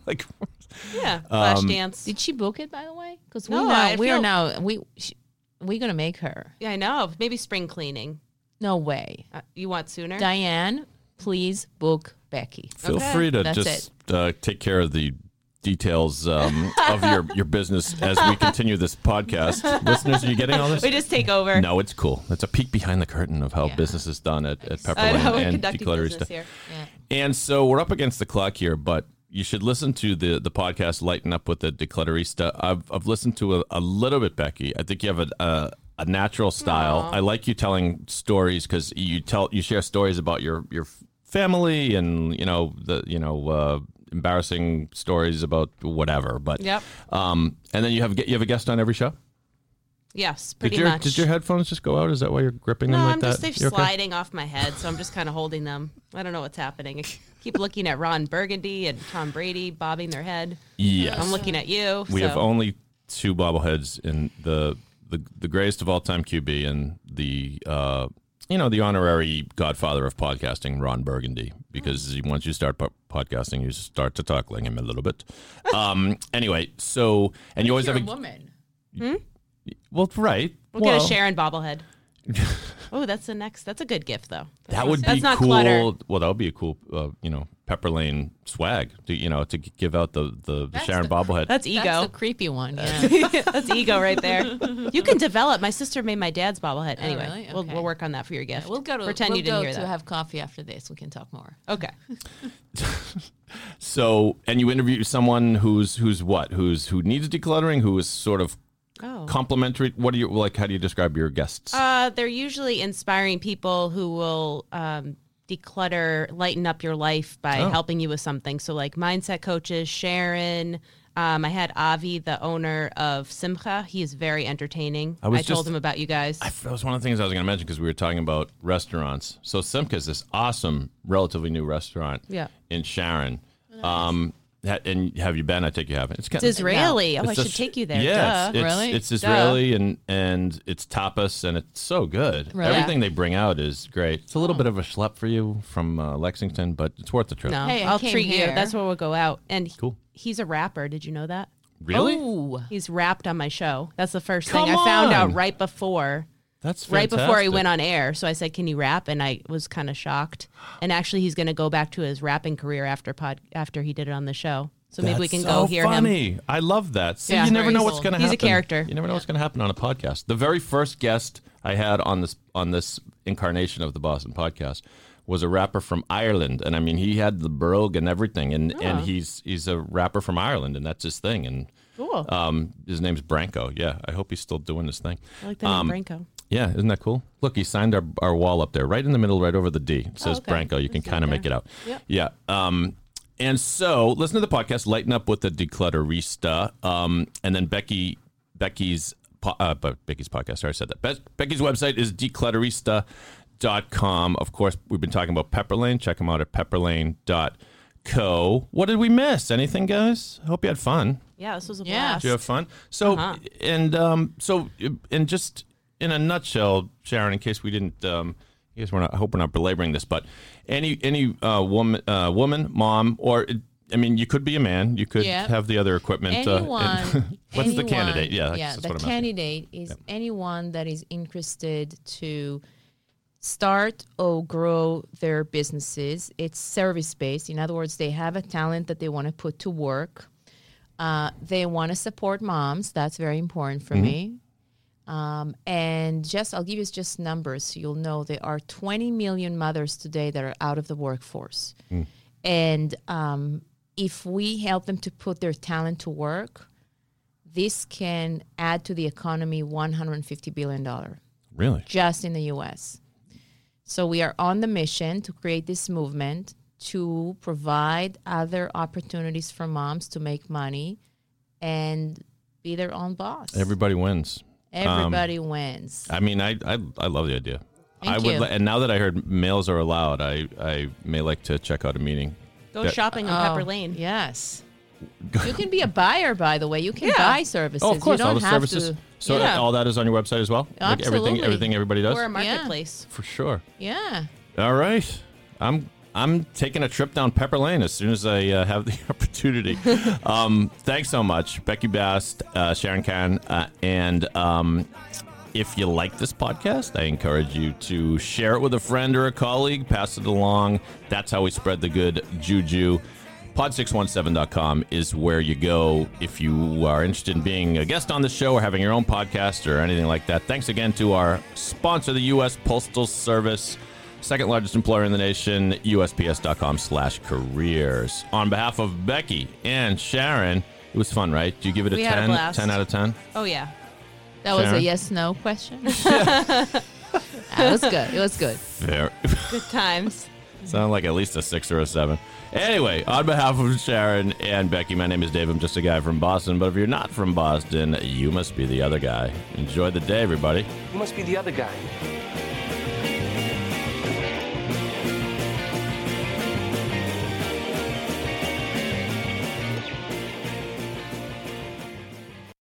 Yeah, Like, flash dance. Did she book it by the way? Because we No, now I we are feel- now we she, we gonna make her. Yeah, I know. Maybe spring cleaning. No way, Uh, you want sooner? Diane. Please book Becky. feel Okay. free to That's just uh, take care of the details um, of your, your business as we continue this podcast. Listeners, are you getting all this? we just take over. No, it's cool. It's a peek behind the curtain of how Yeah. business is done at, at I know Pepperland we're and conducting decluttery business stuff. here. Yeah. And so we're up against the clock here, but you should listen to the the podcast Lighten Up with the Declutterista. I've I've listened to a, a little bit, Becky. I think you have a a, a natural style. I like you telling stories because you tell you share stories about your your family and you know the you know uh, embarrassing stories about whatever. But Yep. Um, and then you have you have a guest on every show. Yes, Did pretty your much. did your headphones just go out? Is that why you're gripping no, them like I'm that? just they're You okay? sliding off my head, so I'm just kind of holding them. I don't know what's happening. I keep looking at Ron Burgundy and Tom Brady bobbing their head. Yes. I'm looking at you. We so. have only two bobbleheads in the the the greatest of all time QB and the uh you know the honorary godfather of podcasting, Ron Burgundy, because Mm. once you start po- podcasting, you start to talk like him a little bit. Um. anyway, so and you always have a woman. well, right? We'll, get a Sharon bobblehead. Oh, that's the next. That's a good gift, though. That would That's be not cool. clutter. Well, that would be a cool, uh, you know, Pepper Lane swag. To, you know, to g- give out the the, the That's Sharon the- bobblehead. That's That's the ego. creepy one. Yeah. that's ego right there. You can develop. My sister made my dad's bobblehead. Anyway, Oh, really? we'll, Okay. we'll work on that for your gift. we'll go to pretend we'll you didn't go hear to that. have coffee after this. We can talk more. okay. so, and you interview someone who's who's what who's who needs decluttering, who is sort of Oh. complimentary. What do you like? How do you describe your guests? Uh, they're usually inspiring people who will um, declutter, lighten up your life by Oh. helping you with something. So, like mindset coaches, Sharon. Um, I had Avi, the owner of Simcha. He is very entertaining. I, was told just- him about you guys. I- that was one of the things I was going to mention because we were talking about restaurants. So Simca is this awesome, relatively new restaurant Yeah. in Sharon. Um, ha- and have you been? I take you haven't. It's kind it's Israeli. Oh, I it's should just- take you there. Yeah, Duh. it's, it's- Really? it's Israeli and and it's tapas and it's so good. Really? Everything they bring out is great. It's a little bit of a schlep for you from uh, Lexington, but it's worth the trip. No, Hey, I I'll came treat you. here. That's where we'll go out. And he- Cool. he's a rapper. Did you know that? Really? Oh, Ooh. He's rapped on my show. That's the first Come thing I found on. out right before That's right before he fantastic. went on air. So I said, "Can you rap?" And I was kind of shocked. And actually, he's going to go back to his rapping career after pod after he did it on the show. So maybe we That's can so go hear him. funny. I love that. See, Yeah. you never Very know what's cool. going to He's happen. a character. You never know what's going to happen on a podcast. The very first guest I had on this on this incarnation of the Boston podcast was a rapper from Ireland, and I mean, he had the brogue and everything, and Ah. and he's he's a rapper from Ireland, and that's his thing. And Cool. um, his name's Branko. Yeah, I hope he's still doing this thing. I like the um, name Branko. Yeah, isn't that cool? Look, he signed our, our wall up there, right in the middle, right over the D. It says Oh, okay. Branco. You can kind of make it out. Yep. Yeah. Um, and so listen to the podcast, lighten up with the declutterista, um, and then Becky Becky's po- uh, but Becky's podcast. Sorry, I said that. Be- Becky's website is declutterista.com. Of course, we've been talking about Pepperlane. Check them out at pepperlane.co. What did we miss? Anything, guys? I hope you had fun. Yeah, this was a Yeah. blast. Did you have fun? So Uh-huh. and um so and just in a nutshell, Sharon, in case we didn't um I guess we're not I hope we're not belaboring this, but any any uh woman uh woman, mom, or I mean you could be a man, you could Yep. have the other equipment. uh, and- anyone. what's the anyone- candidate? Yeah, yeah. that's The what I'm asking. candidate is anyone that is interested to start or grow their businesses. It's service based. In other words, they have a talent that they want to put to work. Uh, they want to support moms. That's very important for Mm-hmm. me. Um, and just I'll give you just numbers so you'll know there are 20 million mothers today that are out of the workforce. Mm. And um, if we help them to put their talent to work, this can add to the economy 150 billion dollar Really? just in the US. So we are on the mission to create this movement to provide other opportunities for moms to make money and be their own boss. Everybody wins. Everybody wins. I mean, I I, I love the idea. Thank I would, you. li- and now that I heard males are allowed, I, I may like to check out a meeting. Go Yeah. shopping on Pepper Oh, Lane. Yes. you can be a buyer, by the way. You can Yeah. buy services. Oh, of course, you don't all the have services. To, so Yeah. all that is on your website as well. Like everything, Absolutely. everything everybody does We're a marketplace. for sure. yeah. All right. I'm I'm taking a trip down Pepper Lane as soon as I uh, have the opportunity. um, thanks so much, Becky Bast, uh, Sharon Khan, uh, and um, if you like this podcast, I encourage you to share it with a friend or a colleague, pass it along. That's how we spread the good juju. Pod617.com is where you go if you are interested in being a guest on the show or having your own podcast or anything like that. Thanks again to our sponsor, the U.S. Postal Service, second largest employer in the nation, USPS.com slash careers. On behalf of Becky and Sharon, it was fun, right? Do you give it a, We had a 10, blast. 10 out of 10? Oh yeah. That was a Sharon? yes no question. that was good. It was good. Fair. Good times. Sound like at least a six or a seven. Anyway, on behalf of Sharon and Becky, my name is Dave. I'm just a guy from Boston. But if you're not from Boston, you must be the other guy. Enjoy the day, everybody. You must be the other guy.